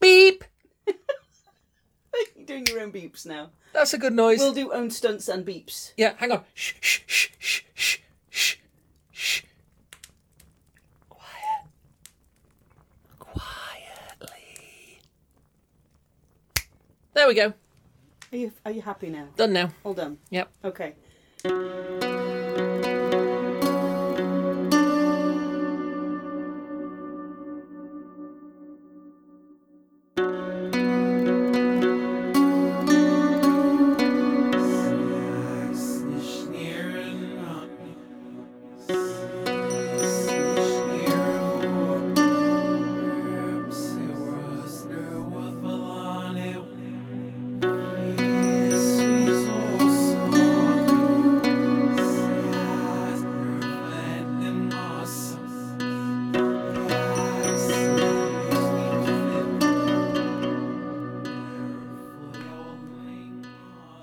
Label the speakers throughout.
Speaker 1: Beep.
Speaker 2: You're doing your own beeps now.
Speaker 1: That's a good noise.
Speaker 2: We'll do own stunts and beeps.
Speaker 1: Yeah, hang on. Shh, shh, shh, shh, shh, shh, shh. Quiet. Quietly. There we go.
Speaker 2: Are you are you happy now?
Speaker 1: Done now.
Speaker 2: All done.
Speaker 1: Yep.
Speaker 2: Okay.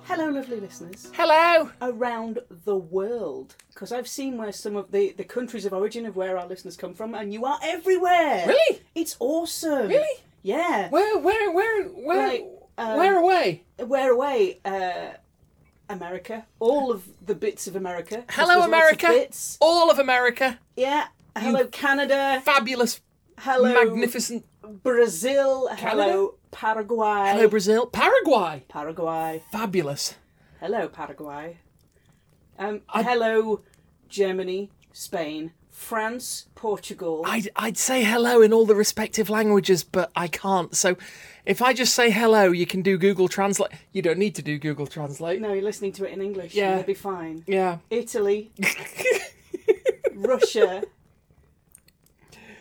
Speaker 2: Hello, lovely listeners
Speaker 1: Hello.
Speaker 2: around the world because I've seen where some of the the countries of origin of where our listeners come from, and you are everywhere.
Speaker 1: Really?
Speaker 2: It's awesome.
Speaker 1: Really?
Speaker 2: Yeah.
Speaker 1: Where, where, where, where,
Speaker 2: Like, um,
Speaker 1: where away?
Speaker 2: Where away? Uh, America. All of the bits of America. 'cause
Speaker 1: Hello,
Speaker 2: there's lots of
Speaker 1: America.
Speaker 2: Bits.
Speaker 1: All of America.
Speaker 2: Yeah. Hello, Canada.
Speaker 1: Fabulous,
Speaker 2: Hello,
Speaker 1: magnificent.
Speaker 2: Brazil. Hello, Paraguay.
Speaker 1: Hello, Brazil. Paraguay.
Speaker 2: Paraguay.
Speaker 1: Fabulous.
Speaker 2: Hello, Paraguay. Um, hello, Germany, Spain, France, Portugal.
Speaker 1: I'd, I'd say hello in all the respective languages, but I can't. So if I just say hello, you can do Google Translate. You don't need to do Google Translate.
Speaker 2: No, you're listening to it in English.
Speaker 1: Yeah.
Speaker 2: Yeah, it'll be fine.
Speaker 1: Yeah.
Speaker 2: Italy, Russia,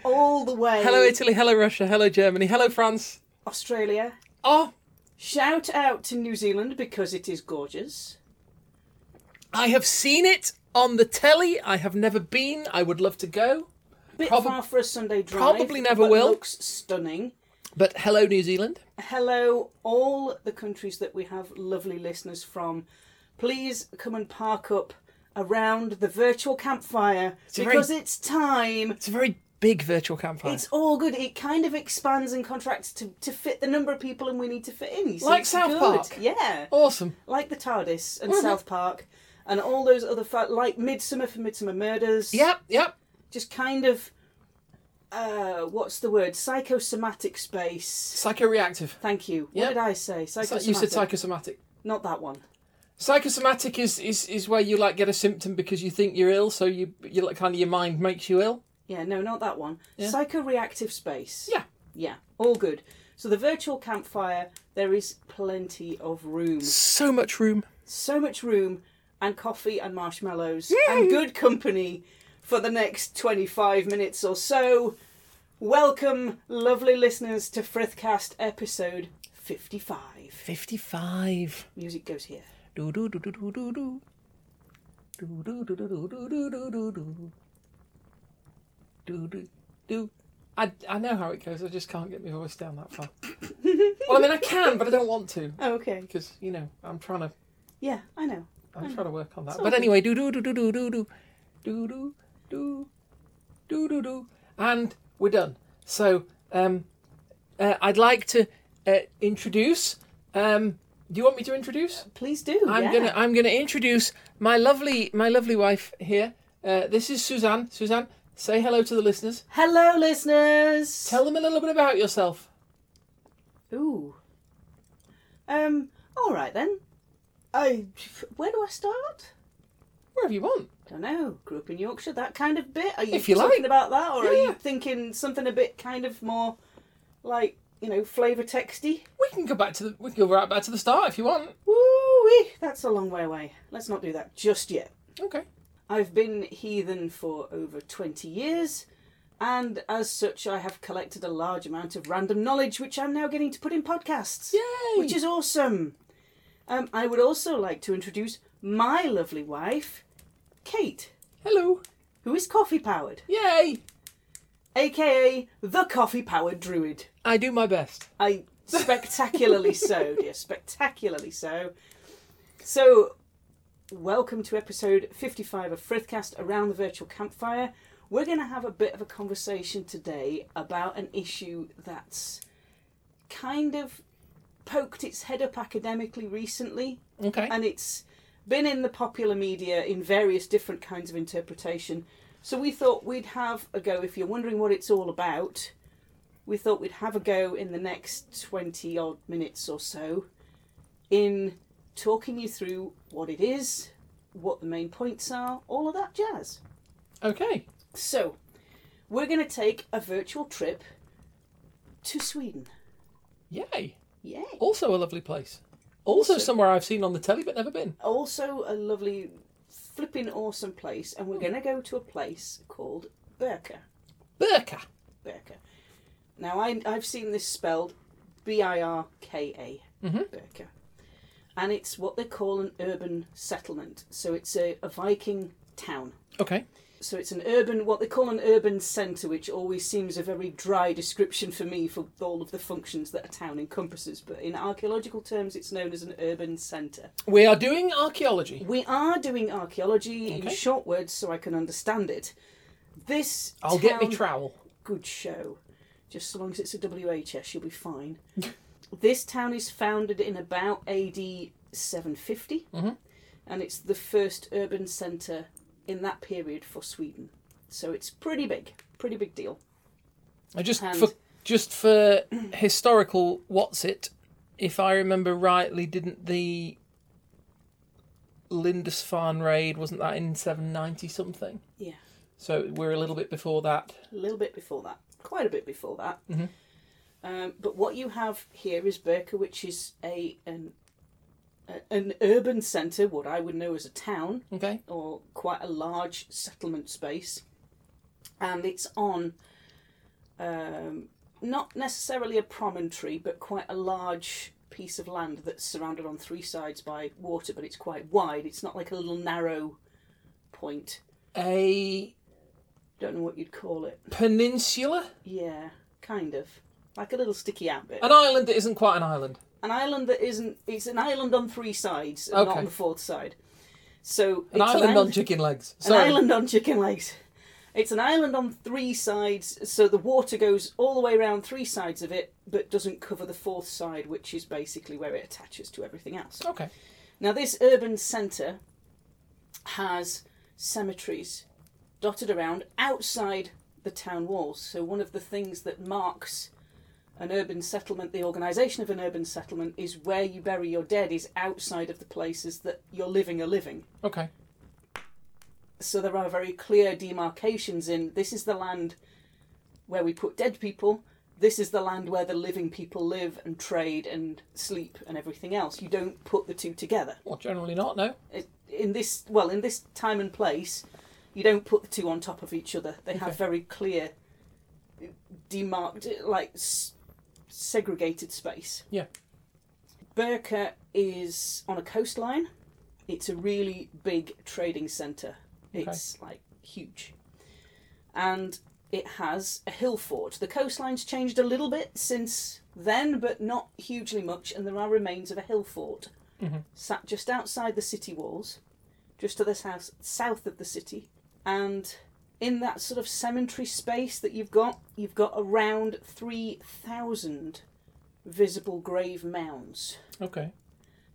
Speaker 2: all the way.
Speaker 1: hello, Italy. Hello, Russia. Hello, Germany. Hello, France.
Speaker 2: Australia.
Speaker 1: Oh,
Speaker 2: Shout out to New Zealand because it is gorgeous.
Speaker 1: I have seen it on the telly. I have never been. I would love to go.
Speaker 2: Bit
Speaker 1: Probab-
Speaker 2: far for a Sunday drive.
Speaker 1: probably never
Speaker 2: but
Speaker 1: will.
Speaker 2: Looks stunning.
Speaker 1: But hello, New Zealand.
Speaker 2: Hello, all the countries that we have lovely listeners from. Please come and park up around the virtual campfire
Speaker 1: a
Speaker 2: because
Speaker 1: very-
Speaker 2: it's time
Speaker 1: It's a very big virtual campfire.
Speaker 2: It's all good. It kind of expands and contracts to, to fit the number of people and we need to fit in. You see,
Speaker 1: Like
Speaker 2: it's
Speaker 1: South
Speaker 2: good.
Speaker 1: Park. Mm-hmm.
Speaker 2: Yeah.
Speaker 1: awesome.
Speaker 2: Like the TARDIS and South Park and all those other, fa- like Midsummer for Midsummer Murders.
Speaker 1: Yep, yep.
Speaker 2: Just kind of, uh, what's the word? Psychosomatic space.
Speaker 1: Psychoreactive.
Speaker 2: Thank you.
Speaker 1: Yep.
Speaker 2: What did I say? Psychosomatic.
Speaker 1: You said psychosomatic.
Speaker 2: Not that one.
Speaker 1: Psychosomatic is, is, is where you like get a symptom because you think you're ill, so you you like kind of your mind makes you ill.
Speaker 2: Yeah, no, not that one. Psychoreactive space.
Speaker 1: Yeah.
Speaker 2: Yeah. All good. So the virtual campfire, there is plenty of room.
Speaker 1: So much room.
Speaker 2: so much room and coffee and marshmallows and good company for the next 25 minutes or so. Welcome, lovely listeners, to Frithcast episode 55.
Speaker 1: Fifty five.
Speaker 2: Music goes here.
Speaker 1: Do do do do do do do. Do do do do do do do do do do. Do do do. I, I know how it goes. I just can't get my voice down that far. well, I mean I can, but I don't want to
Speaker 2: Okay.
Speaker 1: because you know I'm trying to
Speaker 2: Yeah, I know.
Speaker 1: I'm trying to work on that. But anyway, do do do do do do do do do do do do do, and we're done. So um, uh, I'd like to uh, introduce. Um, do you want me to introduce?
Speaker 2: Please do.
Speaker 1: I'm
Speaker 2: yeah.
Speaker 1: gonna I'm gonna introduce my lovely my lovely wife here. Uh, this is Suzanne. Suzanne, say hello to the listeners.
Speaker 2: Hello, listeners.
Speaker 1: Tell them a little bit about yourself.
Speaker 2: Ooh. Um. All right then. I. Where do I start?
Speaker 1: Wherever you want.
Speaker 2: don't know, grew up in Yorkshire, that kind of bit. Are you,
Speaker 1: If you
Speaker 2: talking
Speaker 1: like.
Speaker 2: about that, or are
Speaker 1: Yeah,
Speaker 2: you
Speaker 1: yeah.
Speaker 2: thinking something a bit kind of more like you know flavour texty?
Speaker 1: We can go back to the we can go right back to the start if you want.
Speaker 2: Woo That's a long way away. Let's not do that just yet.
Speaker 1: Okay.
Speaker 2: I've been heathen for over twenty years, and as such, I have collected a large amount of random knowledge, which I'm now getting to put in podcasts,
Speaker 1: Yay!
Speaker 2: which is awesome. Um, I would also like to introduce my lovely wife, Kate,
Speaker 1: Hello.
Speaker 2: who is coffee powered.
Speaker 1: Yay!
Speaker 2: aka the coffee powered druid.
Speaker 1: I do my best.
Speaker 2: I spectacularly so, dear, spectacularly so. So, welcome to episode 55 of Frithcast around the virtual campfire. We're going to have a bit of a conversation today about an issue that's kind of poked its head up academically recently,
Speaker 1: Okay.
Speaker 2: and it's been in the popular media in various different kinds of interpretation. So we thought we'd have a go. If you're wondering what it's all about, we thought we'd have a go in the next 20 odd minutes or so in talking you through what it is, what the main points are, all of that jazz.
Speaker 1: Okay.
Speaker 2: So, we're going to take a virtual trip to Sweden.
Speaker 1: Yay.
Speaker 2: Yay!
Speaker 1: Also a lovely place. Also
Speaker 2: Also-
Speaker 1: somewhere I've seen on the telly but never been.
Speaker 2: Also, a lovely, flipping awesome place, and we're going to go to a place called Berka.
Speaker 1: Birka.
Speaker 2: Birka. Now, I, I've seen this spelled B I R K A,
Speaker 1: Mhm.
Speaker 2: Birka. And it's what they call an urban settlement. So it's a, a Viking town.
Speaker 1: Okay.
Speaker 2: So it's an urban, what they call an urban centre, which always seems a very dry description for me for all of the functions that a town encompasses. But in archaeological terms, it's known as an urban centre.
Speaker 1: We are doing archaeology.
Speaker 2: We are doing archaeology in
Speaker 1: Okay.
Speaker 2: short words so I can understand it. This
Speaker 1: I'll get me
Speaker 2: town-
Speaker 1: trowel.
Speaker 2: good show. Just so long as it's a WHS, you'll be fine. this town is founded in about AD 750,
Speaker 1: Mhm.
Speaker 2: and it's the first urban centre in that period for Sweden. So it's pretty big, pretty big deal.
Speaker 1: I just
Speaker 2: And-
Speaker 1: for just for historical what's it, if I remember rightly, didn't the Lindisfarne raid wasn't that in seven ninety something?
Speaker 2: Yeah.
Speaker 1: So we're a little bit before that.
Speaker 2: A little bit before that, quite a bit before that. Um, but what you have here is Birka, which is a an, a- an urban centre, what I would know as a town,
Speaker 1: Okay.
Speaker 2: or quite a large settlement space, and it's on um, not necessarily a promontory, but quite a large piece of land that's surrounded on three sides by water, but it's quite wide. It's not like a little narrow point.
Speaker 1: A
Speaker 2: Don't know what you'd call it.
Speaker 1: peninsula,
Speaker 2: Yeah, kind of like a little sticky out bit.
Speaker 1: an island that isn't quite an island.
Speaker 2: An island that isn't. It's an island on three sides, and not
Speaker 1: Okay.
Speaker 2: on the fourth side. So
Speaker 1: An
Speaker 2: it's
Speaker 1: island
Speaker 2: land-
Speaker 1: on chicken legs.
Speaker 2: An
Speaker 1: Sorry.
Speaker 2: island on chicken legs. It's an island on three sides, so the water goes all the way around three sides of it, but doesn't cover the fourth side, which is basically where it attaches to everything else.
Speaker 1: Okay.
Speaker 2: Now, this urban centre has cemeteries dotted around outside the town walls. So, one of the things that marks an urban settlement, the organisation of an urban settlement, is where you bury your dead is outside of the places that your living are living
Speaker 1: Okay.
Speaker 2: so there are very clear demarcations in this is the land where we put dead people this is the land where the living people live and trade and sleep and everything else you don't put the two together
Speaker 1: Well, generally not. No.
Speaker 2: It- in this well in this time and place you don't put the two on top of each other they have
Speaker 1: Okay.
Speaker 2: very clear demarked like s- segregated space
Speaker 1: Yeah.
Speaker 2: Birka is on a coastline. It's a really big trading centre.
Speaker 1: Okay.
Speaker 2: It's like huge. And it has a hill fort. The coastline's changed a little bit since then, but not hugely much, and there are remains of a hill fort
Speaker 1: Mhm.
Speaker 2: sat just outside the city walls, just to the south, south of the city. And in that sort of cemetery space that you've got, you've got around 3,000 visible grave mounds.
Speaker 1: Okay.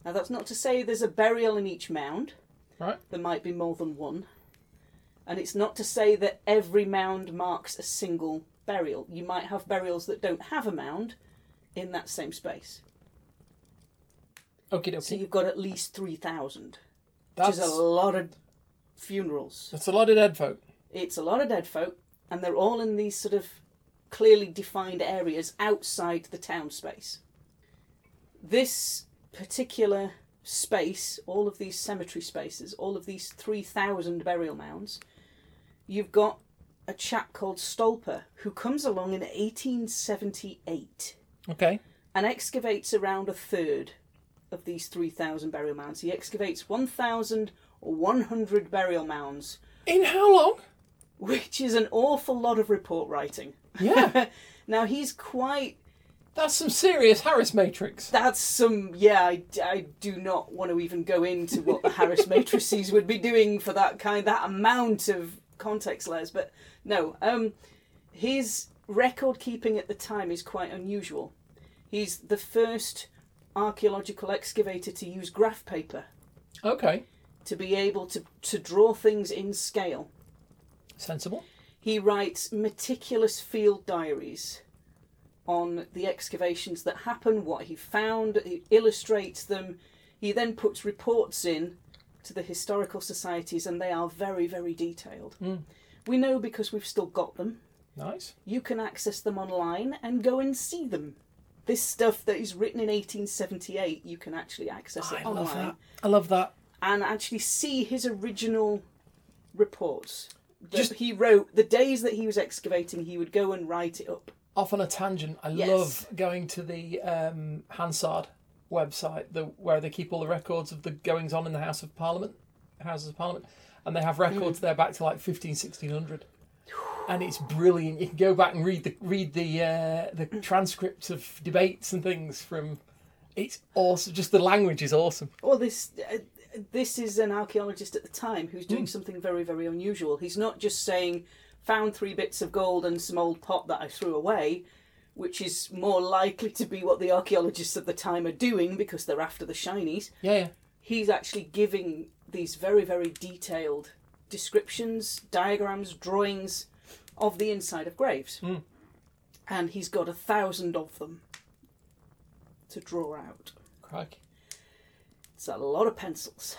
Speaker 2: Now, that's not to say there's a burial in each mound.
Speaker 1: Right.
Speaker 2: There might be more than one. And it's not to say that every mound marks a single burial. You might have burials that don't have a mound in that same space.
Speaker 1: Okay.
Speaker 2: So
Speaker 1: Okay.
Speaker 2: you've got at least 3,000, which
Speaker 1: That's
Speaker 2: is a lot of funerals.
Speaker 1: that's a lot of dead folk.
Speaker 2: It's a lot of dead folk, and they're all in these sort of clearly defined areas outside the town space. This particular space, all of these cemetery spaces, all of these 3,000 burial mounds, you've got a chap called Stolper who comes along in 1878
Speaker 1: Okay.
Speaker 2: and excavates around a third of these 3,000 burial mounds. He excavates 1,100 burial mounds
Speaker 1: In how long?
Speaker 2: which is an awful lot of report writing.
Speaker 1: Yeah.
Speaker 2: now he's quite.
Speaker 1: That's some serious Harris matrix.
Speaker 2: That's some. Yeah, I, I do not want to even go into what the Harris matrices would be doing for that kind, that amount of context layers. But no, um, his record keeping at the time is quite unusual. He's the first archaeological excavator to use graph paper
Speaker 1: Okay.
Speaker 2: to be able to, to draw things in scale.
Speaker 1: Sensible.
Speaker 2: He writes meticulous field diaries on the excavations that happen, what he found, he illustrates them. He then puts reports in to the historical societies, and they are very, very detailed.
Speaker 1: Hmm.
Speaker 2: We know because we've still got them.
Speaker 1: Nice.
Speaker 2: You can access them online and go and see them. This stuff that is written in 1878, you can actually access it
Speaker 1: I
Speaker 2: online
Speaker 1: love that. Oh, I love that.
Speaker 2: and actually see his original reports that
Speaker 1: Just-
Speaker 2: he wrote the days that he was excavating he would go and write it up
Speaker 1: Off on a tangent, I
Speaker 2: Yes.
Speaker 1: love going to the um, Hansard website, the where they keep all the records of the goings on in the House of Parliament, Houses of Parliament, and they have records there back to like 15, 1600. And it's brilliant. You can go back and read the read the uh, the transcripts of debates and things from. It's awesome. Just the language is awesome.
Speaker 2: well this uh, this is an archaeologist at the time who's doing something very very unusual he's not just saying found three bits of gold and some old pot that i threw away which is more likely to be what the archaeologists at the time are doing because they're after the shinies
Speaker 1: Yeah, yeah.
Speaker 2: he's actually giving these very very detailed descriptions diagrams drawings of the inside of graves
Speaker 1: Hmm.
Speaker 2: and he's got a thousand of them to draw out
Speaker 1: Crikey.
Speaker 2: it's a lot of pencils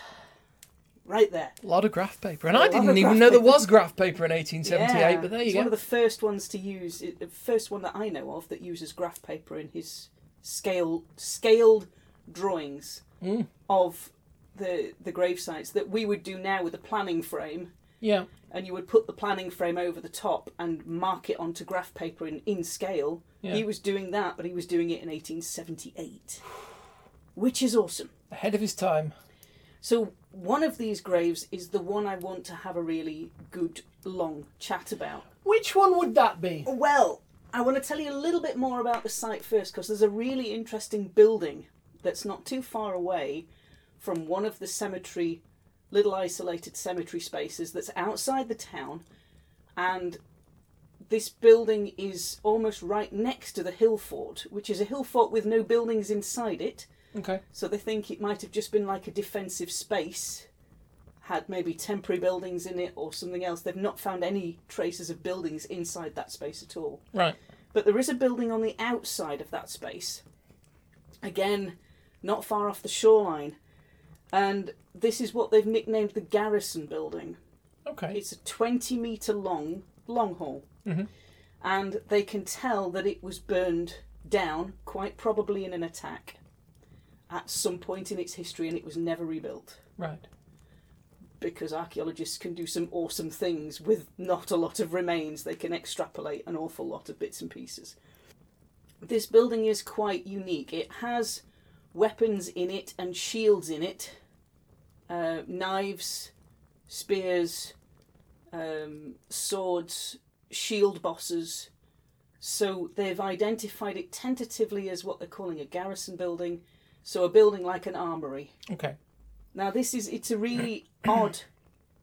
Speaker 2: right there
Speaker 1: A lot of graph paper, and
Speaker 2: A
Speaker 1: I
Speaker 2: lot of
Speaker 1: didn't even
Speaker 2: graph
Speaker 1: know there
Speaker 2: paper.
Speaker 1: was graph paper in 1878.
Speaker 2: Yeah.
Speaker 1: But there
Speaker 2: it's
Speaker 1: you
Speaker 2: one
Speaker 1: go.
Speaker 2: of the first ones to use it- the first one that i know of that uses graph paper in his scale scaled drawings
Speaker 1: Hmm.
Speaker 2: of the the grave sites that we would do now with a planning frame
Speaker 1: Yeah,
Speaker 2: and you would put the planning frame over the top and mark it onto graph paper in, in scale.
Speaker 1: Yeah.
Speaker 2: He was doing that, but he was doing it in 1878, which is awesome.
Speaker 1: ahead of his time.
Speaker 2: So, one of these graves is the one I want to have a really good long chat about.
Speaker 1: Which one would that be?
Speaker 2: Well, I want to tell you a little bit more about the site first because there's a really interesting building that's not too far away from one of the cemetery, little isolated cemetery spaces that's outside the town. And this building is almost right next to the hill fort, which is a hill fort with no buildings inside it.
Speaker 1: Okay.
Speaker 2: So they think it might have just been like a defensive space, had maybe temporary buildings in it or something else. They've not found any traces of buildings inside that space at all.
Speaker 1: Right.
Speaker 2: But there is a building on the outside of that space. Again, not far off the shoreline. And this is what they've nicknamed the garrison building.
Speaker 1: Okay.
Speaker 2: It's a 20 metre long long haul. And they can tell that it was burned down, quite probably in an attack, at some point in its history, and it was never rebuilt.
Speaker 1: Right.
Speaker 2: Because archaeologists can do some awesome things with not a lot of remains, they can extrapolate an awful lot of bits and pieces. This building is quite unique. It has weapons in it and shields in it, uh, knives, spears, um, swords, shield bosses. So they've identified it tentatively as what they're calling a garrison building, so a building like an armory.
Speaker 1: Okay.
Speaker 2: Now this is it's a really odd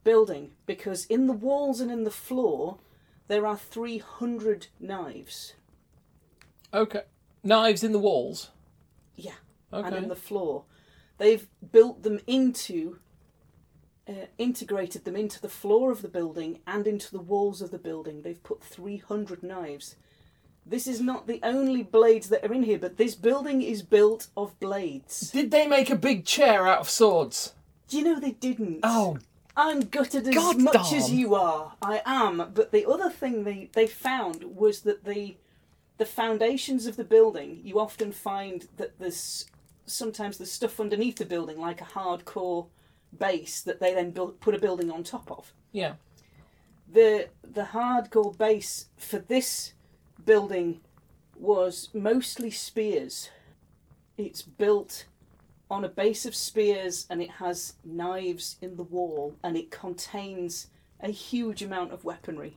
Speaker 2: building because in the walls and in the floor there are 300 knives.
Speaker 1: Okay. Knives in the walls.
Speaker 2: Yeah. and
Speaker 1: Okay.
Speaker 2: in the floor. They've built them into, uh, integrated them into the floor of the building and into the walls of the building. They've put 300 knives. This is not the only blades that are in here, but this building is built of blades.
Speaker 1: Did they make a big chair out of swords?
Speaker 2: Do you know they didn't?
Speaker 1: Oh,
Speaker 2: I'm gutted as
Speaker 1: God
Speaker 2: much as
Speaker 1: damn.
Speaker 2: you are. I am. But the other thing they, they found was that the the foundations of the building, you often find that there's sometimes the stuff underneath the building, like a hardcore base that they then build, put a building on top of.
Speaker 1: yeah.
Speaker 2: The the hardcore base for this building was mostly spears. It's built on a base of spears and it has knives in the wall and it contains a huge amount of weaponry.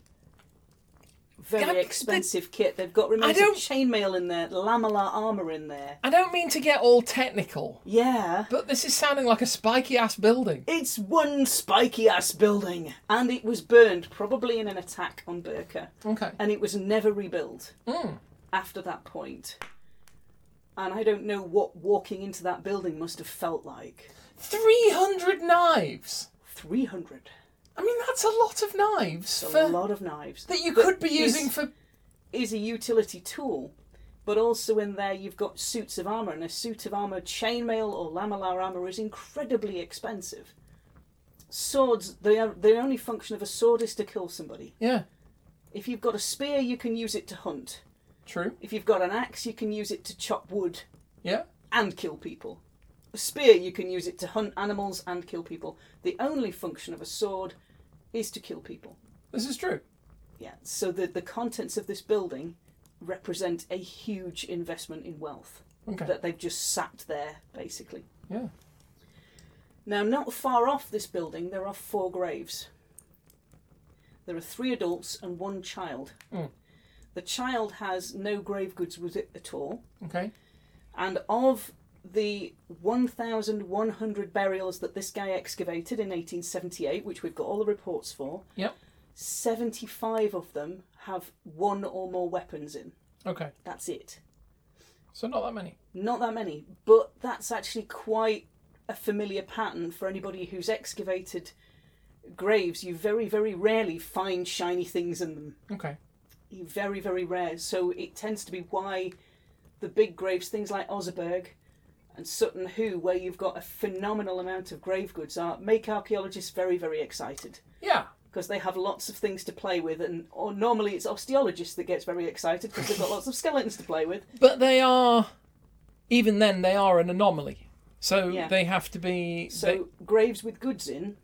Speaker 2: Very
Speaker 1: God, they-
Speaker 2: expensive kit. They've got remains of
Speaker 1: don't-
Speaker 2: chainmail in there, lamellar armour in there.
Speaker 1: I don't mean to get all technical,
Speaker 2: Yeah.
Speaker 1: but this is sounding like a spiky ass building.
Speaker 2: It's one spiky ass building. And it was burned, probably in an attack on Burka.
Speaker 1: Okay.
Speaker 2: And it was never rebuilt
Speaker 1: Mm.
Speaker 2: after that point. and I don't know what walking into that building must have felt like.
Speaker 1: 300 knives!
Speaker 2: 300.
Speaker 1: I mean, that's a lot of knives
Speaker 2: It's
Speaker 1: for,
Speaker 2: a lot of knives.
Speaker 1: that you
Speaker 2: But
Speaker 1: could be
Speaker 2: is-
Speaker 1: using for.
Speaker 2: is a utility tool, but also in there you've got suits of armor, and a suit of armor, chainmail or lamellar armor, is incredibly expensive. Swords, they are, the only function of a sword is to kill somebody.
Speaker 1: Yeah,
Speaker 2: If you've got a spear, you can use it to hunt.
Speaker 1: true.
Speaker 2: If you've got an axe, you can use it to chop wood
Speaker 1: Yeah.
Speaker 2: and kill people. A spear, you can use it to hunt animals and kill people. The only function of a sword is to kill people.
Speaker 1: This is true.
Speaker 2: Yeah, so the, the contents of this building represent a huge investment in wealth
Speaker 1: Okay.
Speaker 2: that they've just sapped there, basically.
Speaker 1: Yeah.
Speaker 2: Now, not far off this building, there are four graves. There are three adults and one child.
Speaker 1: Mm.
Speaker 2: The child has no grave goods with it at all,
Speaker 1: Okay.
Speaker 2: and of the 1,100 burials that this guy excavated in 1878, which we've got all the reports for,
Speaker 1: Yep.
Speaker 2: 75 of them have one or more weapons in.
Speaker 1: Okay.
Speaker 2: That's it.
Speaker 1: So not that many.
Speaker 2: Not that many, but that's actually quite a familiar pattern for anybody who's excavated graves. You very, very rarely find shiny things in them.
Speaker 1: Okay.
Speaker 2: You very, very rare. So it tends to be why the big graves, things like Oseberg and Sutton Hoo, where you've got a phenomenal amount of grave goods, are make archaeologists very, very excited
Speaker 1: Yeah.
Speaker 2: because they have lots of things to play with, and or normally it's osteologists that gets very excited because they've got lots of skeletons to play with.
Speaker 1: But they are, even then, they are an anomaly. So
Speaker 2: Yeah.
Speaker 1: they have to be.
Speaker 2: So graves with goods in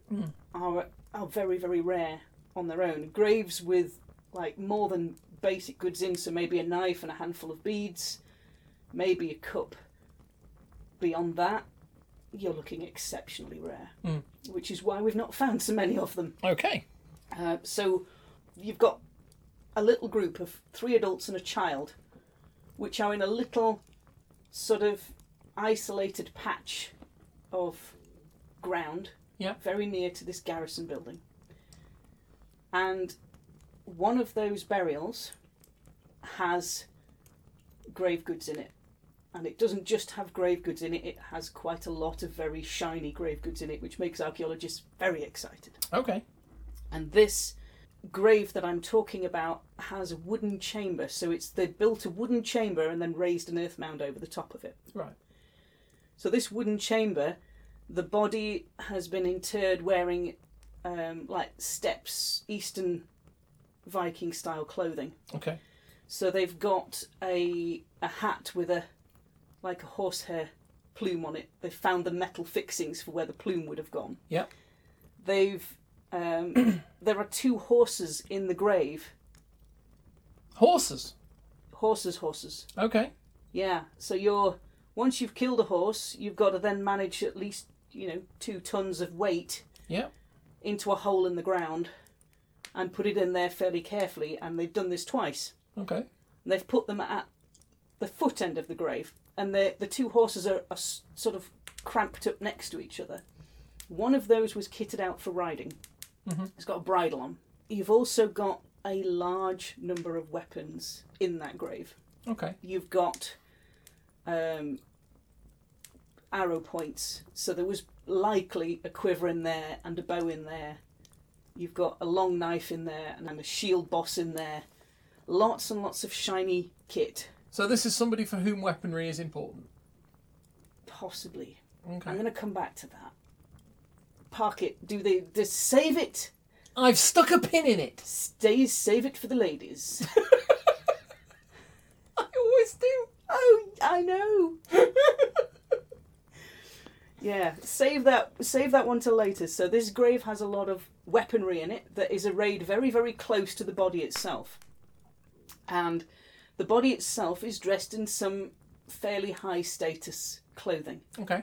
Speaker 2: are are very very rare on their own. Graves with like more than basic goods in, so maybe a knife and a handful of beads, maybe a cup. Beyond that, you're looking exceptionally rare,
Speaker 1: Mm.
Speaker 2: which is why we've not found so many of them.
Speaker 1: they, okay.
Speaker 2: Uh, so you've got a little group of three adults and a child, which are in a little sort of isolated patch of ground,
Speaker 1: Yeah.
Speaker 2: very near to this garrison building. And one of those burials has grave goods in it. And it doesn't just have grave goods in it, it has quite a lot of very shiny grave goods in it, which makes archaeologists very excited.
Speaker 1: Okay.
Speaker 2: And this grave that I'm talking about has a wooden chamber. So it's they built a wooden chamber and then raised an earth mound over the top of it.
Speaker 1: Right.
Speaker 2: So this wooden chamber, the body has been interred wearing um, like steps Eastern Viking style clothing.
Speaker 1: Okay.
Speaker 2: So they've got a a hat with a like a horsehair plume on it. They've found the metal fixings for where the plume would have gone.
Speaker 1: Yep.
Speaker 2: They've um, there are two horses in the grave.
Speaker 1: Horses.
Speaker 2: Horses, horses.
Speaker 1: Okay.
Speaker 2: Yeah. So you're once you've killed a horse, you've got to then manage at least you know two tons of weight
Speaker 1: Yep.
Speaker 2: into a hole in the ground, and put it in there fairly carefully. And they've done this twice.
Speaker 1: Okay.
Speaker 2: they've put them at the foot end of the grave, and the the two horses are, are s- sort of cramped up next to each other. One of those was kitted out for riding.
Speaker 1: Mhm.
Speaker 2: It's got a bridle on. You've also got a large number of weapons in that grave.
Speaker 1: Okay.
Speaker 2: You've got um, arrow points, so there was likely a quiver in there and a bow in there. You've got a long knife in there and a shield boss in there. Lots and lots of shiny kit,
Speaker 1: So this is somebody for whom weaponry is important.
Speaker 2: possibly. I'm
Speaker 1: Okay.
Speaker 2: going to come back to that. Park it. Do they just save it?
Speaker 1: I've stuck a pin in it.
Speaker 2: Stay, save it for the ladies.
Speaker 1: I always do.
Speaker 2: oh, I know. Yeah, save that save that one till later. So this grave has a lot of weaponry in it that is arrayed very very close to the body itself. And the body itself is dressed in some fairly high status clothing,
Speaker 1: okay.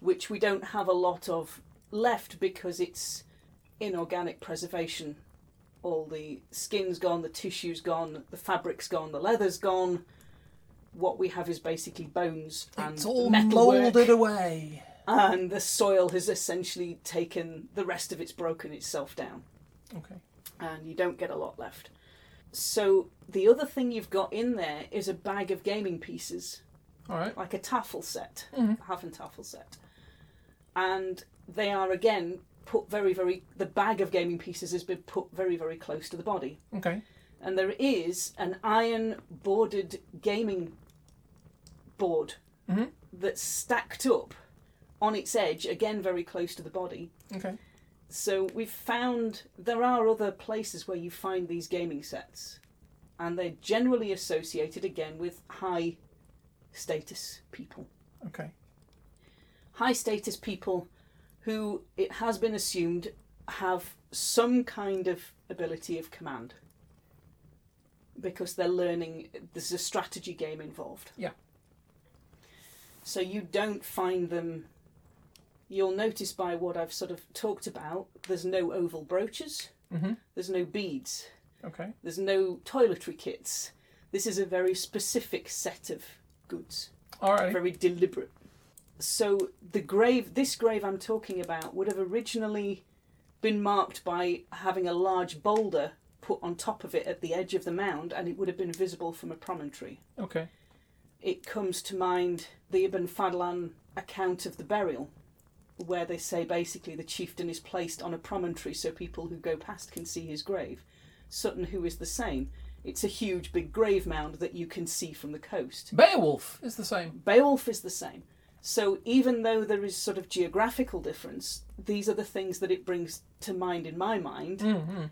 Speaker 2: which we don't have a lot of left because it's inorganic preservation. All the skin's gone, the tissue's gone, the fabric's gone, the leather's gone. What we have is basically bones and
Speaker 1: It's all
Speaker 2: metalwork
Speaker 1: moulded away.
Speaker 2: and the soil has essentially taken the rest of it's broken itself down
Speaker 1: Okay.
Speaker 2: and you don't get a lot left so the other thing you've got in there is a bag of gaming pieces
Speaker 1: All right.
Speaker 2: like a taffel set, Haven taffel set, and they are again put very, very. The bag of gaming pieces has been put very, very close to the body,
Speaker 1: Okay.
Speaker 2: and there is an iron boarded gaming board
Speaker 1: Mhm.
Speaker 2: that's stacked up on its edge, again very close to the body.
Speaker 1: Okay.
Speaker 2: So we've found there are other places where you find these gaming sets, and they're generally associated again with high status people
Speaker 1: Okay.
Speaker 2: high status people who it has been assumed have some kind of ability of command because they're learning there's a strategy game involved
Speaker 1: Yeah.
Speaker 2: so you don't find them you'll notice by what i've sort of talked about there's no oval brooches
Speaker 1: Mm-hmm.
Speaker 2: there's no beads
Speaker 1: Okay.
Speaker 2: there's no toiletry kits this is a very specific set of goods
Speaker 1: All right.
Speaker 2: very deliberate. So the grave, this grave I'm talking about, would have originally been marked by having a large boulder put on top of it at the edge of the mound, and it would have been visible from a promontory.
Speaker 1: Okay.
Speaker 2: It comes to mind the Ibn Fadlan account of the burial, where they say basically the chieftain is placed on a promontory so people who go past can see his grave. Sutton, who is the same, it's a huge big grave mound that you can see from the coast.
Speaker 1: Beowulf is the same.
Speaker 2: Beowulf is the same. So even though there is sort of geographical difference, these are the things that it brings to mind in my mind.
Speaker 1: Mm-hmm.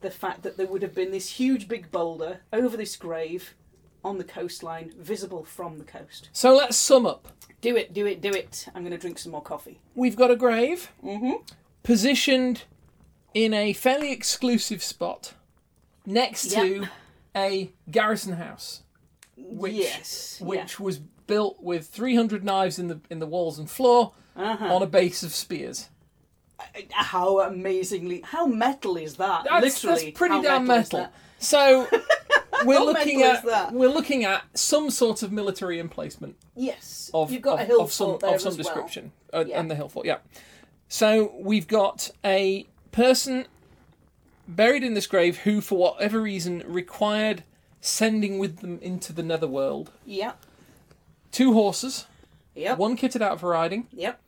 Speaker 2: The fact that there would have been this huge big boulder over this grave on the coastline, visible from the coast.
Speaker 1: So let's sum up.
Speaker 2: Do it, do it, do it. I'm going to drink some more coffee.
Speaker 1: We've got a grave
Speaker 2: Mm-hmm.
Speaker 1: positioned in a fairly exclusive spot next to
Speaker 2: Yep.
Speaker 1: a garrison house, Which-
Speaker 2: yes.
Speaker 1: which was built with 300 knives in the in the walls and floor
Speaker 2: yeah. Uh-huh.
Speaker 1: on a base of spears.
Speaker 2: How amazingly, how metal is that?
Speaker 1: That's, that's
Speaker 2: Literally,
Speaker 1: pretty
Speaker 2: how
Speaker 1: damn
Speaker 2: metal. is
Speaker 1: metal.
Speaker 2: that?
Speaker 1: So we're
Speaker 2: How
Speaker 1: looking
Speaker 2: metal is
Speaker 1: at
Speaker 2: that?
Speaker 1: we're looking at some sort of military emplacement
Speaker 2: Yes,
Speaker 1: of
Speaker 2: you've got
Speaker 1: of,
Speaker 2: a hill
Speaker 1: of some
Speaker 2: fort there
Speaker 1: of some
Speaker 2: as well.
Speaker 1: description uh,
Speaker 2: Yeah.
Speaker 1: and the hill fort. Yeah. So we've got a person buried in this grave who, for whatever reason, required sending with them into the netherworld
Speaker 2: Yep,
Speaker 1: two horses,
Speaker 2: yep,
Speaker 1: one kitted out for riding,
Speaker 2: yep.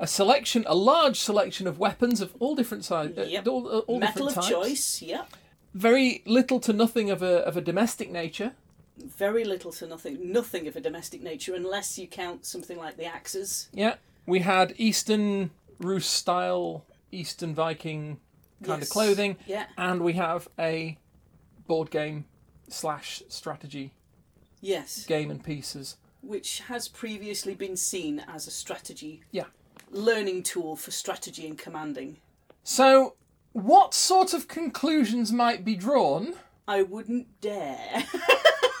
Speaker 1: a selection, a large selection of weapons of all different sizes,
Speaker 2: Yep.
Speaker 1: all, uh, all
Speaker 2: Metal
Speaker 1: different
Speaker 2: of
Speaker 1: types.
Speaker 2: choice. Yep.
Speaker 1: Very little to nothing of a of a domestic nature.
Speaker 2: very little to nothing, nothing of a domestic nature, unless you count something like the axes.
Speaker 1: Yeah, we had Eastern Rus style, Eastern Viking kind
Speaker 2: Yes.
Speaker 1: of clothing,
Speaker 2: Yeah,
Speaker 1: and we have a board game slash strategy
Speaker 2: yes,
Speaker 1: game and pieces.
Speaker 2: which has previously been seen as a strategy.
Speaker 1: Yeah.
Speaker 2: Learning tool for strategy and commanding.
Speaker 1: So, what sort of conclusions might be drawn?
Speaker 2: I wouldn't dare.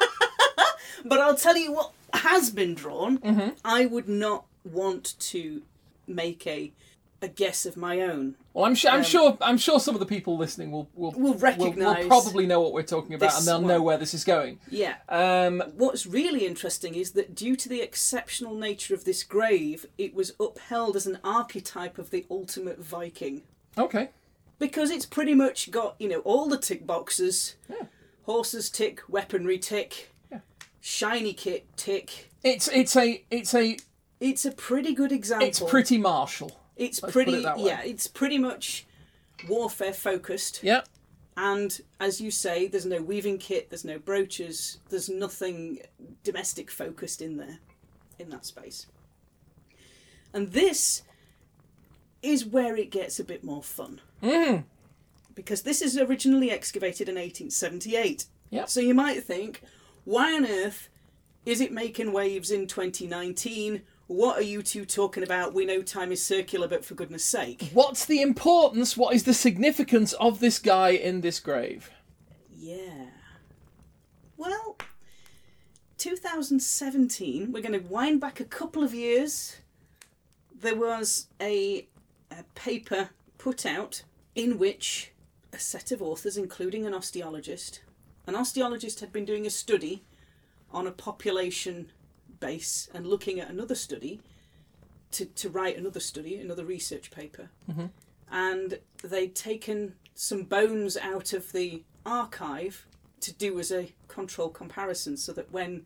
Speaker 2: but I'll tell you what has been drawn.
Speaker 1: Mm-hmm.
Speaker 2: I would not want to make a a guess of my own.
Speaker 1: Well, I'm sure, I'm sure, I'm sure some of the people listening will will
Speaker 2: Um, Will recognise
Speaker 1: probably know what we're talking about,
Speaker 2: this
Speaker 1: and they'll know
Speaker 2: one.
Speaker 1: where this is going.
Speaker 2: Yeah.
Speaker 1: Um,
Speaker 2: What's really interesting is that due to the exceptional nature of this grave, it was upheld as an archetype of the ultimate Viking.
Speaker 1: okay,
Speaker 2: Because it's pretty much got, you know, all the tick boxes
Speaker 1: Yeah.
Speaker 2: horses tick, weaponry tick,
Speaker 1: Yeah.
Speaker 2: shiny kit tick.
Speaker 1: it's it's a it's a
Speaker 2: It's a pretty good example.
Speaker 1: it's pretty martial.
Speaker 2: It's
Speaker 1: put it
Speaker 2: pretty,
Speaker 1: that way.
Speaker 2: yeah, it's pretty much warfare focused.
Speaker 1: Yeah,
Speaker 2: And as you say, there's no weaving kit, there's no brooches, there's nothing domestic focused in there, in that space. And this is where it gets a bit more fun. Because this is originally excavated in 1878.
Speaker 1: Yep.
Speaker 2: So you might think, why on earth is it making waves in 2019? What are you two talking about? We know time is circular, but for goodness sake.
Speaker 1: What's the importance? What is the significance of this guy in this grave?
Speaker 2: Yeah. Well, 2017, we're going to wind back a couple of years. There was a, a paper put out in which a set of authors, including an osteologist, an osteologist had been doing a study on a population base and looking at another study to, to write another study, another research paper and they'd taken some bones out of the archive to do as a control comparison so that when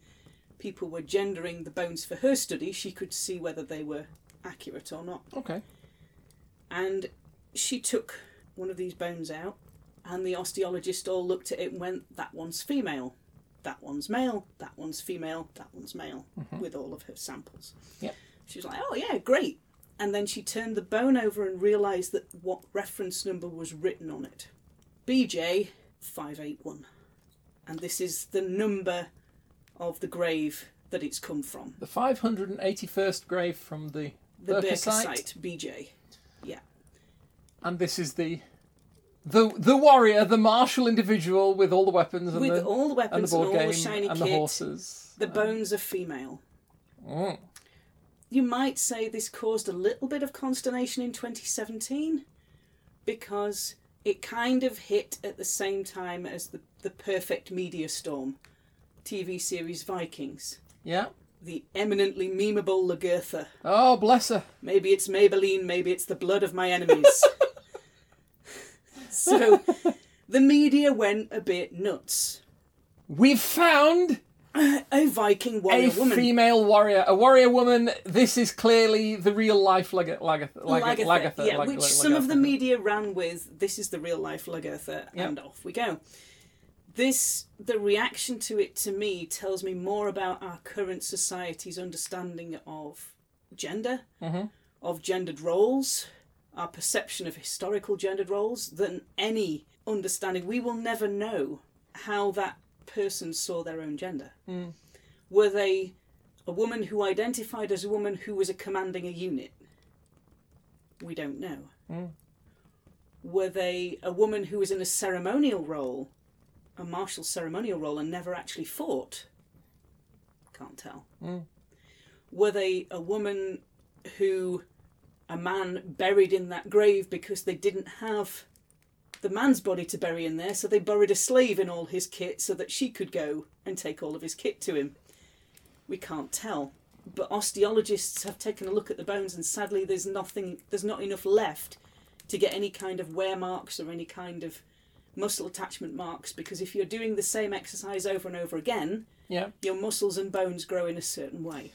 Speaker 2: people were gendering the bones for her study, she could see whether they were accurate or not.
Speaker 1: Okay.
Speaker 2: And she took one of these bones out, and the osteologist all looked at it and went, That one's female, that one's male, that one's female, that one's male, with all of her samples.
Speaker 1: Yep.
Speaker 2: She was like, Oh, yeah, great. And then she turned the bone over and realised that what reference number was written on it BJ581. And this is the number of the grave that it's come from.
Speaker 1: The 581st grave from the,
Speaker 2: The
Speaker 1: Birka
Speaker 2: Birka
Speaker 1: site.
Speaker 2: site, BJ. Yeah.
Speaker 1: And this is the the the warrior, the martial individual with all the weapons and
Speaker 2: With
Speaker 1: the
Speaker 2: all the
Speaker 1: and the
Speaker 2: weapons and,
Speaker 1: board
Speaker 2: all
Speaker 1: game
Speaker 2: the shiny
Speaker 1: and
Speaker 2: kit,
Speaker 1: the horses.
Speaker 2: the bones are female.
Speaker 1: Mm.
Speaker 2: You might say this caused a little bit of consternation in 2017 because it kind of hit at the same time as the, the perfect media storm TV series Vikings.
Speaker 1: Yeah.
Speaker 2: The eminently memeable Lagertha.
Speaker 1: Oh, bless her.
Speaker 2: Maybe it's Maybelline, maybe it's the blood of my enemies. so the media went a bit nuts.
Speaker 1: We've found
Speaker 2: A Viking
Speaker 1: a
Speaker 2: warrior woman.
Speaker 1: female warrior, a warrior woman. This is clearly the real life Lag- Lag- Lag-
Speaker 2: Lagertha,
Speaker 1: Lagertha,
Speaker 2: yeah,
Speaker 1: Lag-
Speaker 2: which
Speaker 1: Lag-
Speaker 2: some of the
Speaker 1: Lagertha.
Speaker 2: media ran with. This is the real life Lagertha, and off we go. This, the reaction to it to me tells me more about our current society's understanding of gender, of gendered roles, our perception of historical gendered roles than any understanding. We will never know how that person saw their own gender. Were they a woman who identified as a woman who was a commanding a unit? We don't know. Were they a woman who was in a ceremonial role, a martial ceremonial role, and never actually fought? Can't tell. Were they a woman who a man buried in that grave because they didn't have the man's body to bury in there, so they buried a slave in all his kit so that she could go and take all of his kit to him? We can't tell but osteologists have taken a look at the bones and sadly there's nothing there's not enough left to get any kind of wear marks or any kind of muscle attachment marks because if you're doing the same exercise over and over again
Speaker 1: Yeah.
Speaker 2: your muscles and bones grow in a certain way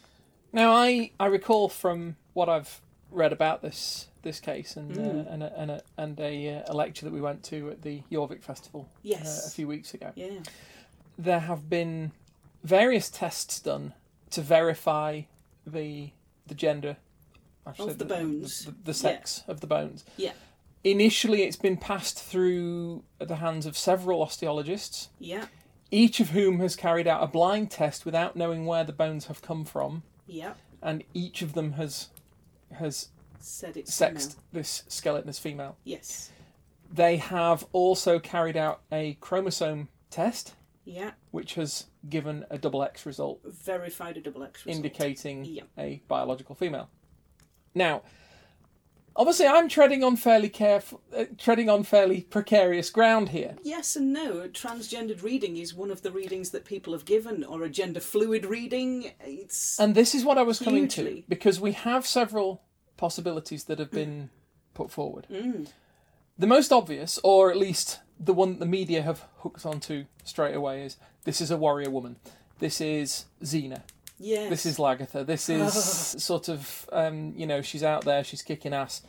Speaker 1: Now, I, I recall from what I've read about this this case and
Speaker 2: Mm.
Speaker 1: uh, and a, and a, and a, uh, a lecture that we went to at the Jorvik Festival uh,
Speaker 2: Yes.
Speaker 1: a few weeks ago.
Speaker 2: yeah
Speaker 1: There have been various tests done to verify the the gender I've
Speaker 2: Of
Speaker 1: said
Speaker 2: the bones.
Speaker 1: the, the sex of the bones.
Speaker 2: yeah
Speaker 1: Initially, it's been passed through the hands of several osteologists,
Speaker 2: yeah
Speaker 1: each of whom has carried out a blind test without knowing where the bones have come from,
Speaker 2: yeah
Speaker 1: and each of them has has
Speaker 2: said it's
Speaker 1: sexed
Speaker 2: female.
Speaker 1: this skeleton as female.
Speaker 2: yes
Speaker 1: They have also carried out a chromosome test,
Speaker 2: yeah
Speaker 1: which has given a double X result,
Speaker 2: verified a double x result.
Speaker 1: indicating
Speaker 2: Yeah.
Speaker 1: a biological female. Now, obviously, I'm treading on fairly careful, uh, treading on fairly precarious ground here.
Speaker 2: Yes and no. A transgendered reading is one of the readings that people have given, or a gender fluid reading. It's
Speaker 1: And this is what I was coming to
Speaker 2: Hugely.
Speaker 1: because we have several possibilities that have been put forward.
Speaker 2: Mm.
Speaker 1: The most obvious, or at least the one that the media have hooked onto straight away, is this is a warrior woman. This is Xena.
Speaker 2: yes.
Speaker 1: This is Lagatha. This is sort of, um, you know, she's out there, she's kicking ass.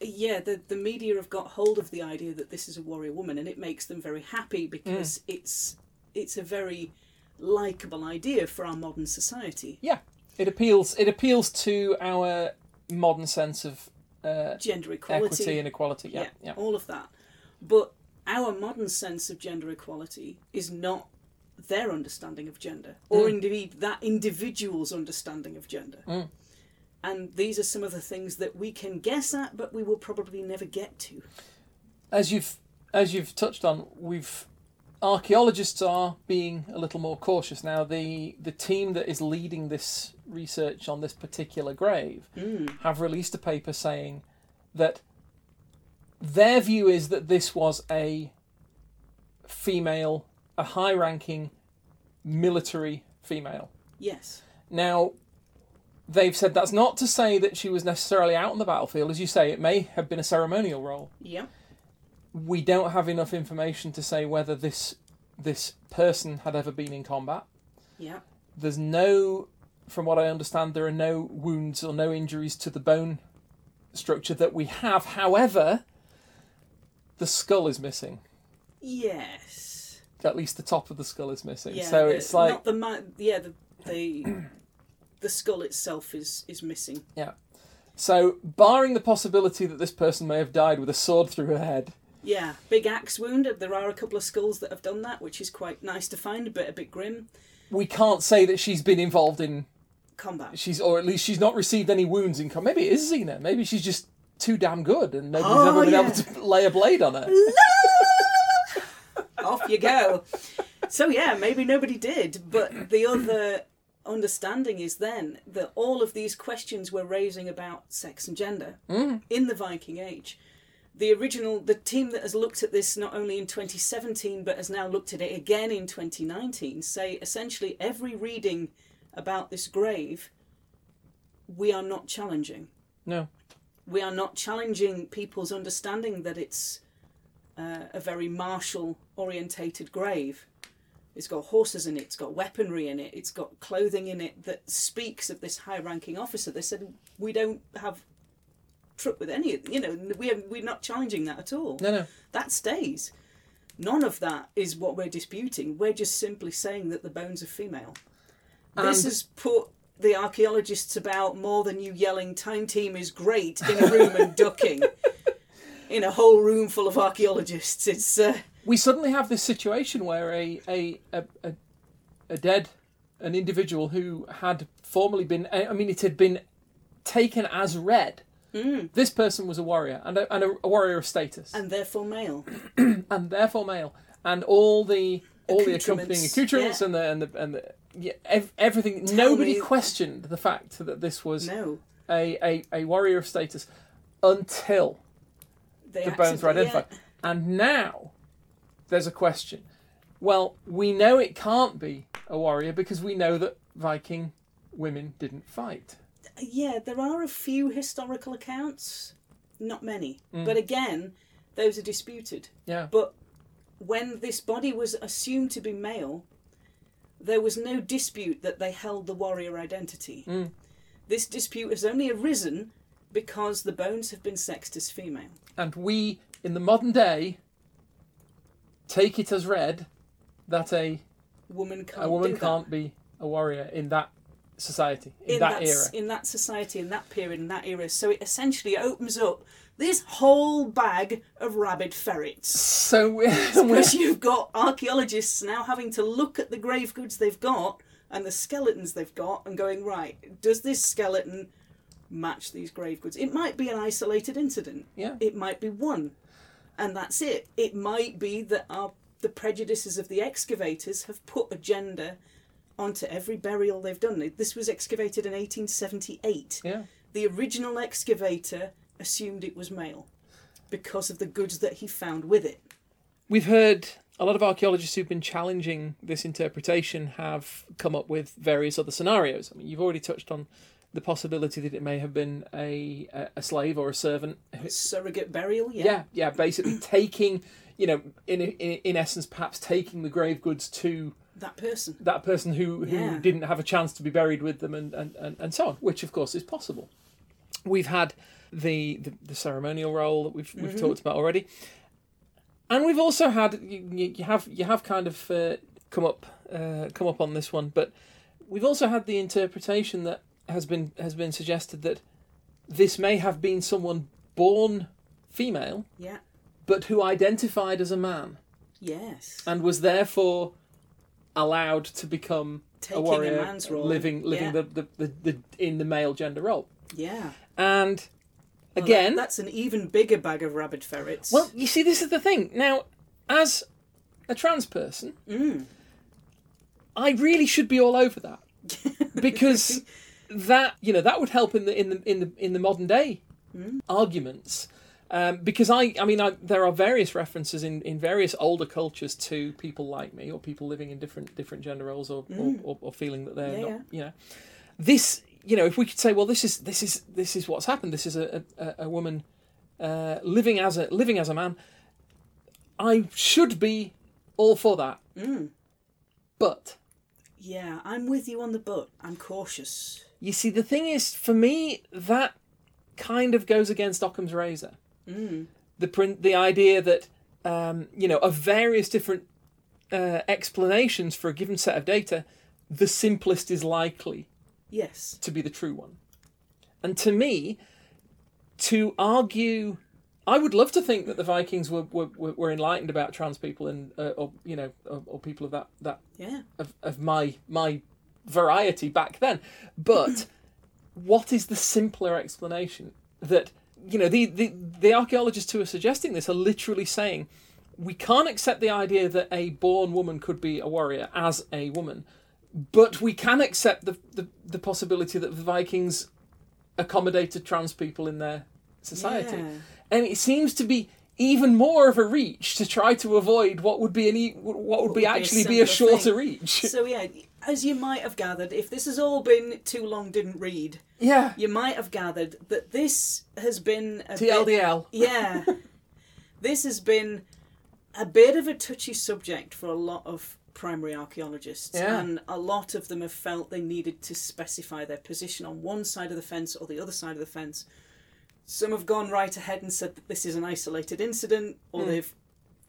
Speaker 2: yeah, the, the media have got hold of the idea that this is a warrior woman, and it makes them very
Speaker 1: Mm.
Speaker 2: happy because it's it's a very likable idea for our modern society.
Speaker 1: Yeah, it appeals. It appeals to our modern sense of uh,
Speaker 2: Gender equality,
Speaker 1: equity and equality. Yeah,
Speaker 2: yeah,
Speaker 1: yeah,
Speaker 2: all of that. But our modern sense of gender equality is not their understanding of gender,
Speaker 1: Mm.
Speaker 2: or indeed that individual's understanding of gender.
Speaker 1: Mm.
Speaker 2: And these are some of the things that we can guess at, but we will probably never get to.
Speaker 1: as you've as you've touched on, we've archaeologists are being a little more cautious now. The the team that is leading this research on this particular grave have released a paper saying that their view is that this was a female, a high-ranking military female.
Speaker 2: Yes.
Speaker 1: Now, they've said that's not to say that she was necessarily out on the battlefield. As you say, it may have been a ceremonial role
Speaker 2: Yeah.
Speaker 1: we don't have enough information to say whether this this person had ever been in combat.
Speaker 2: Yeah.
Speaker 1: There's no, from what I understand, there are no wounds or no injuries to the bone structure that we have. However, the skull is missing.
Speaker 2: Yes.
Speaker 1: At least the top of the skull is missing.
Speaker 2: Yeah,
Speaker 1: so
Speaker 2: the-
Speaker 1: it's like
Speaker 2: not the man. Yeah, the the the skull itself is is missing.
Speaker 1: So, barring the possibility that this person may have died with a sword through her head,
Speaker 2: Yeah, big axe wound. There are a couple of skulls that have done that, which is quite nice to find. A bit a bit grim
Speaker 1: we can't say that she's been involved in
Speaker 2: combat.
Speaker 1: she's or at least she's not received any wounds in combat. Maybe it is Xena. Maybe she's just too damn good and nobody's
Speaker 2: Oh,
Speaker 1: ever been
Speaker 2: yeah.
Speaker 1: able to lay a blade on her.
Speaker 2: Off you go. So yeah, maybe nobody did, but the other understanding is then that all of these questions we're raising about sex and gender in the Viking Age. The original, the team that has looked at this not only in 2017 but has now looked at it again in 2019 say essentially every reading about this grave we are not challenging.
Speaker 1: No.
Speaker 2: we are not challenging people's understanding that it's uh, a very martial orientated grave. It's got horses in it, it's got weaponry in it, it's got clothing in it that speaks of this high ranking officer. They said, we don't have truck with any, of- you know, we have, we're not challenging that at all.
Speaker 1: No, no.
Speaker 2: That stays. None of that is what we're disputing. We're just simply saying that the bones are female. this
Speaker 1: And-
Speaker 2: has put the archaeologists about more than you yelling time team is great in a room and ducking in a whole room full of archaeologists. It's uh,
Speaker 1: We suddenly have this situation where a a a, a, a dead an individual who had formerly been I I mean it had been taken as read.
Speaker 2: Hmm.
Speaker 1: This person was a warrior and a, and a, a warrior of status.
Speaker 2: and therefore male.
Speaker 1: and therefore male, and all the all the accompanying
Speaker 2: Accoutrements,
Speaker 1: accoutrements
Speaker 2: yeah.
Speaker 1: and the and the and the, yeah, ev- everything. nobody
Speaker 2: me-
Speaker 1: questioned the fact that this was
Speaker 2: No,
Speaker 1: a, a a warrior of status until
Speaker 2: they
Speaker 1: the bones were
Speaker 2: accidentally-
Speaker 1: identified, and now there's a question. Well, we know it can't be a warrior because we know that Viking women didn't fight.
Speaker 2: Yeah, there are a few historical accounts, not many, but again, those are disputed.
Speaker 1: Mm. Yeah,
Speaker 2: But when this body was assumed to be male, there was no dispute that they held the warrior identity.
Speaker 1: Mm.
Speaker 2: This dispute has only arisen because the bones have been sexed as female.
Speaker 1: and we in the modern day take it as read that a
Speaker 2: Woman can't.
Speaker 1: a woman
Speaker 2: do
Speaker 1: can't be a warrior in that society
Speaker 2: That.
Speaker 1: in, that, era
Speaker 2: s- in that society, in that period, in that era. So it essentially opens up this whole bag of rabid ferrets.
Speaker 1: so we're, we're-
Speaker 2: Because you've got archaeologists now having to look at the grave goods they've got and the skeletons they've got and going, right, does this skeleton match these grave goods? It might be an isolated incident.
Speaker 1: Yeah.
Speaker 2: It might be one. And that's it. It might be that our the prejudices of the excavators have put a gender onto every burial they've done. This was excavated in 1878.
Speaker 1: yeah
Speaker 2: The original excavator assumed it was male because of the goods that he found with it.
Speaker 1: we've heard a lot of archaeologists who've been challenging this interpretation have come up with various other scenarios i mean you've already touched on the possibility that it may have been a a- a slave or a servant who-
Speaker 2: surrogate burial. Yeah.
Speaker 1: yeah yeah basically taking you know in, in in essence perhaps taking the grave goods to
Speaker 2: that person.
Speaker 1: that person who, who
Speaker 2: Yeah.
Speaker 1: didn't have a chance to be buried with them and, and, and, and so on, which of course is possible. We've had the, the, the ceremonial role that we've, we've talked about already. And we've also had you, you you have you have kind of uh, come up uh, come up on this one, but we've also had the interpretation that has been has been suggested that this may have been someone born female,
Speaker 2: Yeah.
Speaker 1: but who identified as a man
Speaker 2: Yes.
Speaker 1: and was therefore allowed to become
Speaker 2: Taking
Speaker 1: a warrior,
Speaker 2: a man's role.
Speaker 1: living living
Speaker 2: Yeah.
Speaker 1: the, the, the, the in the male gender role.
Speaker 2: Yeah.
Speaker 1: And
Speaker 2: Well,
Speaker 1: again,
Speaker 2: that- that's an even bigger bag of rabid ferrets.
Speaker 1: well, you see, this is the thing. Now, as a trans person,
Speaker 2: Mm.
Speaker 1: I really should be all over that because that you know that would help in the in the in the in the modern day
Speaker 2: Hmm.
Speaker 1: arguments. Um, because I, I mean, I, there are various references in, in various older cultures to people like me or people living in different different gender roles or or, or, or feeling that they're
Speaker 2: Hmm. Yeah,
Speaker 1: not,
Speaker 2: yeah.
Speaker 1: you know, this, you know, if we could say, well, this is this is this is what's happened. This is a a, a woman uh, living as a living as a man.
Speaker 2: Hmm.
Speaker 1: I should be all for that, but
Speaker 2: Yeah, I'm with you on the butt. I'm cautious.
Speaker 1: You see, the thing is, for me, that kind of goes against Occam's razor. The print, the idea that um, you know of various different uh, explanations for a given set of data, the simplest is likely
Speaker 2: Yes.
Speaker 1: to be the true one. And to me, to argue, I would love to think that the Vikings were were, were were enlightened about trans people and uh, or you know or, or people of that that
Speaker 2: Yeah.
Speaker 1: of, of my my variety back then. But what is the simpler explanation that you know the, the the archaeologists who are suggesting this are literally saying we can't accept the idea that a born woman could be a warrior as a woman, but we can accept the the, the possibility that the Vikings accommodated trans people in their society.
Speaker 2: Yeah.
Speaker 1: And it seems to be even more of a reach to try to avoid what would be an e- what would be
Speaker 2: be a
Speaker 1: actually be a
Speaker 2: simpler
Speaker 1: shorter
Speaker 2: thing.
Speaker 1: reach.
Speaker 2: So yeah, as you might have gathered, if this has all been too long, didn't read,
Speaker 1: Yeah.
Speaker 2: you might have gathered that this has been a Bit,
Speaker 1: TLDL.
Speaker 2: yeah, this has been a bit of a touchy subject for a lot of primary archaeologists,
Speaker 1: Yeah.
Speaker 2: and a lot of them have felt they needed to specify their position on one side of the fence or the other side of the fence. Some have gone right ahead and said that this is an isolated incident, or they've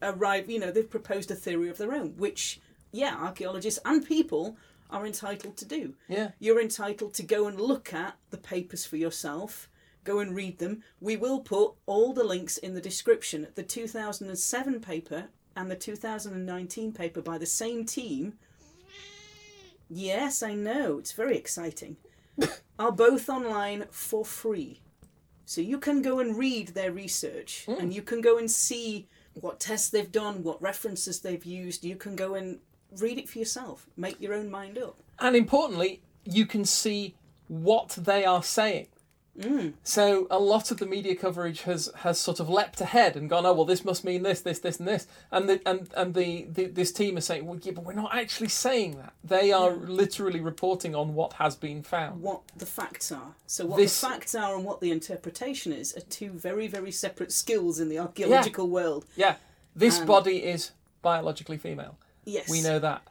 Speaker 2: arrived, you know, they've proposed a theory of their own, which, yeah, archaeologists and people are entitled to do.
Speaker 1: Yeah.
Speaker 2: You're entitled to go and look at the papers for yourself. Go and read them. We will put all the links in the description. The 2007 paper and the 2019 paper by the same team. Yes, I know. It's very exciting. are both online for free. So you can go and read their research and you can go and see what tests they've done, what references they've used. You can go and read it for yourself. Make your own mind up.
Speaker 1: And importantly, you can see what they are saying. Mm. So a lot of the media coverage has, has sort of leapt ahead and gone, oh well, this must mean this, this, this, and this, and the and and the, the this team is saying, well, yeah, but we're not actually saying that. They are literally reporting on what has been found.
Speaker 2: what the facts are. So what
Speaker 1: This-
Speaker 2: the facts are and what the interpretation is are two very, very separate skills in the archaeological world.
Speaker 1: Yeah, this body is biologically female.
Speaker 2: Yes,
Speaker 1: We know that.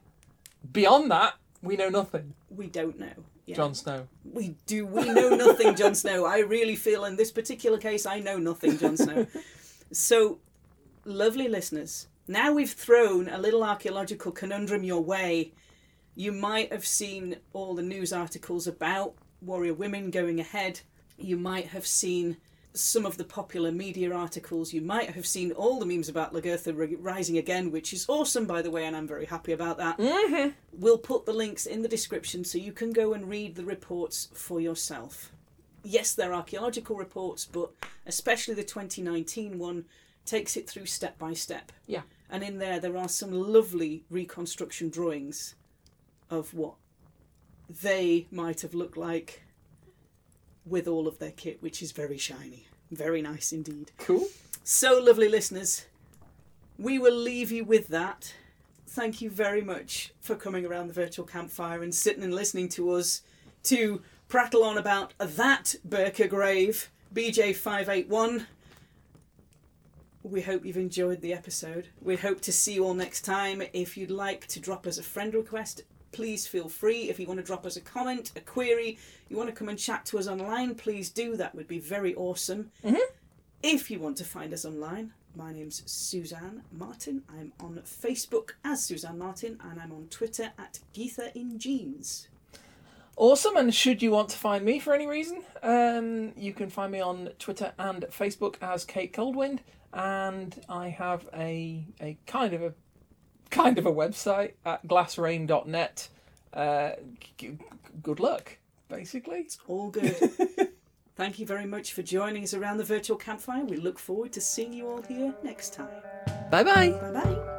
Speaker 1: Beyond that, we know nothing.
Speaker 2: We don't know. Yeah.
Speaker 1: Jon Snow.
Speaker 2: We do. We know nothing, Jon Snow. I really feel in this particular case, I know nothing, Jon Snow. so, lovely listeners, now we've thrown a little archaeological conundrum your way. You might have seen all the news articles about warrior women going ahead. You might have seen some of the popular media articles. You might have seen all the memes about Lagertha ri- rising again, which is awesome, by the way, and I'm very happy about that. We'll put the links in the description so you can go and read the reports for yourself. Yes, they're archaeological reports, but especially the 2019 one takes it through step by step.
Speaker 1: Yeah.
Speaker 2: And in there, there are some lovely reconstruction drawings of what they might have looked like with all of their kit, which is very shiny. Very nice indeed.
Speaker 1: Cool.
Speaker 2: So, lovely listeners, we will leave you with that. Thank you very much for coming around the virtual campfire and sitting and listening to us to prattle on about that Burka grave, BJ581. We hope you've enjoyed the episode. We hope to see you all next time. If you'd like to drop us a friend request, please feel free. If you want to drop us a comment, a query, you want to come and chat to us online, please do. That would be very awesome. If you want to find us online, my name's Suzanne Martin. I'm on Facebook as Suzanne Martin and I'm on Twitter at Geetha in Jeans.
Speaker 1: Awesome. And should you want to find me for any reason, um, you can find me on Twitter and Facebook as Kate Coldwind. And I have a, a kind of a kind of a website at glassrain.net. Uh, g- g- good luck, basically.
Speaker 2: All good. Thank you very much for joining us around the virtual campfire. We look forward to seeing you all here next time.
Speaker 1: Bye bye.
Speaker 2: Bye bye.